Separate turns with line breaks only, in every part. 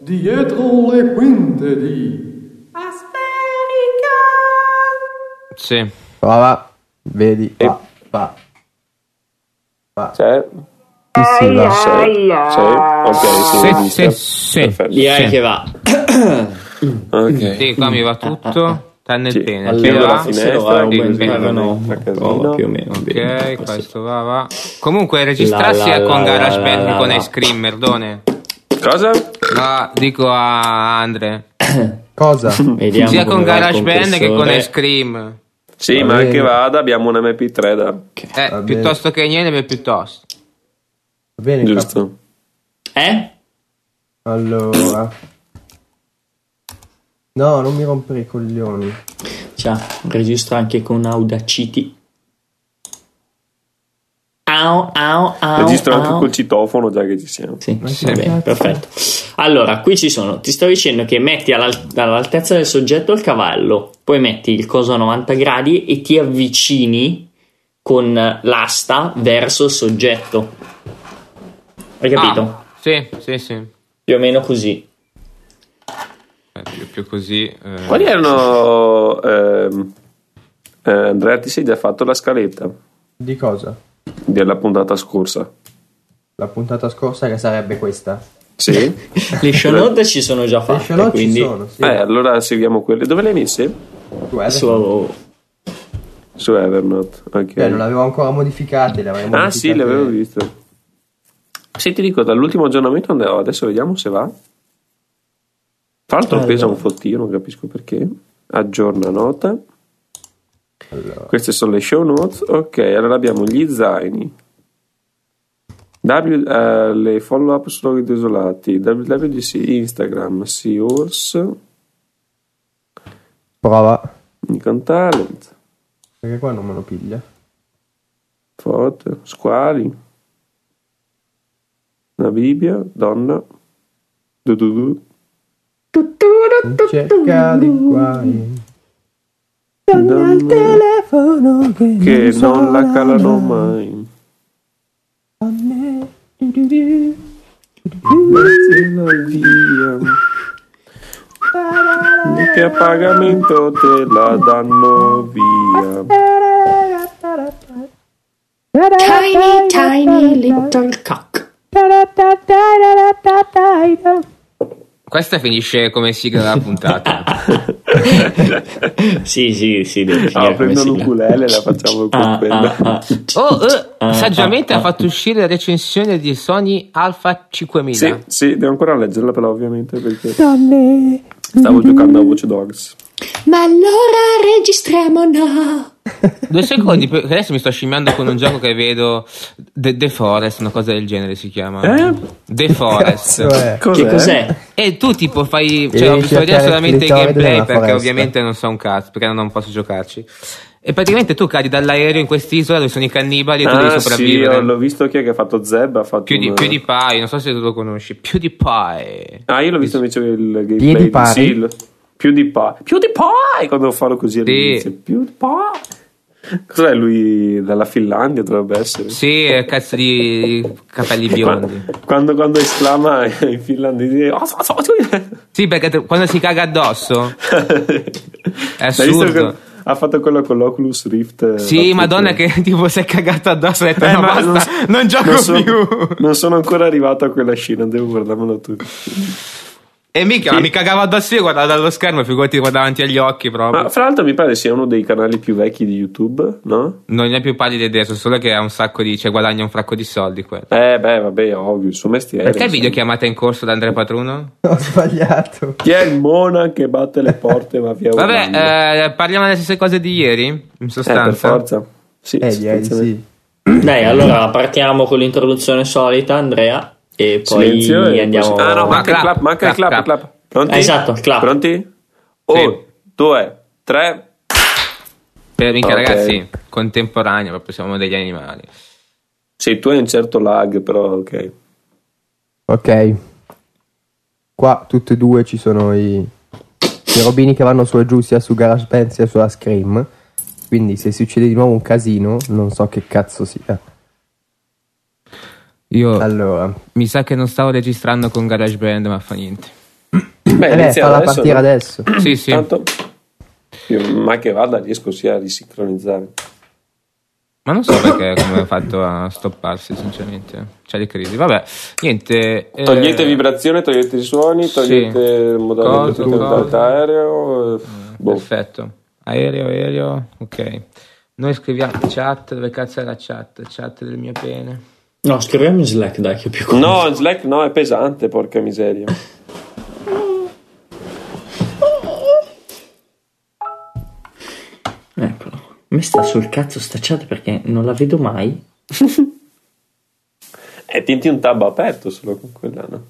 Dietro le quinte di...
Sì.
Prova, vedi,
E-
va, va. Va,
C'è?
sì, sì, va.
C'è? C'è? Ok, sì,
Sì, sì,
esiste.
sì.
Ah, Perfetto.
Direi
Sì.
che va.
Ok.
Sì, qua mi va tutto. Tranne
Sì.
il pene.
Allora,
Chi
Allora,
va?
la finestra,
va un
dico
bel
bene,
bene, no,
bene,
prova più o meno. bene,
Ok,
così.
questo va, va. Comunque registrarsi
La,
è
la,
con
la,
GarageBand,
la, la,
con
la.
Ice Cream, merdone.
Cosa?
No, dico a Andre.
Cosa?
Vediamo
Sia
come
con
va il
GarageBand che con
compressore.
Ice Cream.
Sì,
Va
ma
bene.
che vada, abbiamo un MP3 da...
Eh,
Va bene.
piuttosto che niente, beh, piuttosto.
Va bene, cap-
Giusto.
Eh?
allora. No, non mi rompere i coglioni.
Cioè, registra anche con Audacity. Au, au, au.
Ah,
Registro
au.
anche col citofono, già che ci siamo.
Sì,
Ma
sì,
che cazzo?
bene, perfetto. Allora, qui ci sono. Ti sto dicendo che metti all'al- all'altezza del soggetto il cavallo, poi metti il coso a 90 gradi e ti avvicini con l'asta verso il soggetto. Hai capito?
Ah, sì, sì, sì.
Più o meno così.
Eh, Più, più così. eh.
Quali erano... ehm, eh, Andrea, ti sei già fatto la scaletta
Di cosa?
della puntata scorsa?
La puntata scorsa che sarebbe questa.
Sì.
Le show note ci sono già
Le
fatte,
show note
quindi
ci sono, sì.
Eh, allora seguiamo quelle. Dove le hai messe?
Tu, eh,
su-
Su Evernote. Ok.
Eh, non l'avevo ancora modificate, le avrei
Ah sì,
modificate-
le avevo viste. Se ti dico, dall'ultimo aggiornamento andavo, adesso vediamo se va. Tra l'altro
Allora.
pesa un fottino, non capisco perché. Aggiorna nota.
Allora,
Queste sono le show notes. Ok, allora abbiamo gli zaini. W, eh, le follow up su loghi desolati. WWDC Instagram, Seahorse,
prova.
Nikon Talent,
Perché qua non me lo piglia.
Foto, Squali, Una Bibbia, Donna, du du du.
In cerca di guai.
Donna
telefono
che non la calano mai. Mezzo la via. Che a pagamento te la danno via.
Tiny, tiny little.
Cac.
Questa finisce come sigla della puntata.
Sì, sì, sì, devi
Ah,
finire come
prendo
sigla.
l'uculele e la facciamo con
Ah,
quella.
ah, ah.
Oh, eh,
Ah,
saggiamente
ah,
ha fatto uscire la recensione di Sony Alpha 5000.
Sì, sì, devo ancora leggerla però ovviamente perché stavo giocando a Watch Dogs.
Ma allora registriamo no.
Due secondi, per- adesso mi sto scimmiando con un gioco che vedo. The, The Forest, una cosa del genere si chiama.
Eh?
The Forest.
Cioè,
Cos'è?
Che cos'è?
E tu tipo fai. Cioè,
Devi
ho visto vedere
cercare
solamente il
il clitoride
gameplay
nella
perché
foresta.
ovviamente non so un cazzo, perché non posso giocarci. E praticamente tu cadi dall'aereo in quest'isola dove sono i cannibali e tu
Ah
devi
sì,
sopravvivere.
ho- Mm. l'ho visto chi è che ha fatto Zeb, ha fatto...
Più di,
un-
più di Pai, non so se tu lo conosci. Più di Pai.
Ah, io l'ho visto invece il gameplay
Piedi
di
pari.
Seal. Più di poi. Più di poi quando farò così all'inizio.
Sì.
Più di poi. Cos'è lui dalla Finlandia dovrebbe essere?
Sì, eh, cazzo di capelli biondi.
Quando, quando esclama in finlandese "Ah, fa- fa- fa-"
Sì, perché te- quando si caga addosso.
L'hai
assurdo.
visto che ha fatto quello con l'Oculus Rift
Sì,
La-
madonna, che tipo si è cagato addosso e ha detto:
Eh,
No,
ma
basta, non,
so-
gioco
non so-
più.
non sono ancora arrivato a quella scena devo guardarmelo tutto
E mica, ma mi cagavo addosso io guardavo dallo schermo, figurati qua davanti agli occhi proprio.
ma fra l'altro mi pare sia uno dei canali più vecchi di YouTube no?
Non ne ho più pallida idea, so solo che ha un sacco di. cioè guadagna un fracco di soldi quello.
eh beh vabbè ovvio il suo mestiere
Perché il video
insomma.
chiamata in corso da Andrea Patruno?
ho sbagliato.
chi è il mona che batte le porte ma via urlando?
Vabbè, eh, parliamo delle stesse cose di ieri, in
eh, per
sostanza.
forza sì,
Eh, direi di
sostanzialmente.
sì.
Dai, allora partiamo con l'introduzione solita, Andrea, e poi
Silenzio e-
andiamo.
Ah, no, manca il
Clap,
clap, manca il
clap,
clap, il
clap.
clap. Pronti?
Ah, esatto, il clap.
Pronti? Uno, due, tre.
Per mica
Ah, Ok.
Eh, ragazzi, contemporanea, proprio siamo degli animali.
Sì, tu hai un certo lag, però ok.
Ok. Qua tutte e due ci sono i, i robini che vanno su e giù sia su GarageBand sia sulla Scream. Quindi se succede di nuovo un casino, non so che cazzo sia.
Io
Allora,
Oh.
mi sa che non stavo registrando con GarageBand, ma fa niente.
Beh,
Eh beh,
inizia
falla
adesso,
partire
no?
adesso.
Sì, sì.
Tanto, io, ma che vada, riesco sia a risincronizzare.
Ma non so perché come ha fatto a stopparsi, sinceramente. C'è le crisi. Vabbè, niente. eh,
Togliete vibrazione, togliete suoni,
sì.
togliete modalità
Cosa,
di
cosa.
modalità
Mm,
aereo. eh, boh.
Perfetto. Aereo, aereo. Ok. Noi scriviamo chat. Dove cazzo è la chat? Chat del mio pene.
No, scriviamo in Slack, dai, che è più
No, in Slack no, è pesante, porca miseria.
Eccolo. Mi sta sul cazzo sta chat perché non la vedo mai.
E tienti Eh, un tab aperto solo con quella, no?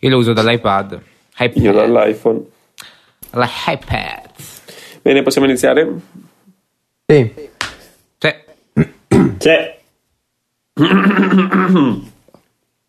Io lo uso dall'iPad. iPad.
Io dall'iPhone.
La iPad.
Bene, possiamo iniziare?
Sì.
Cioè,
Cioè,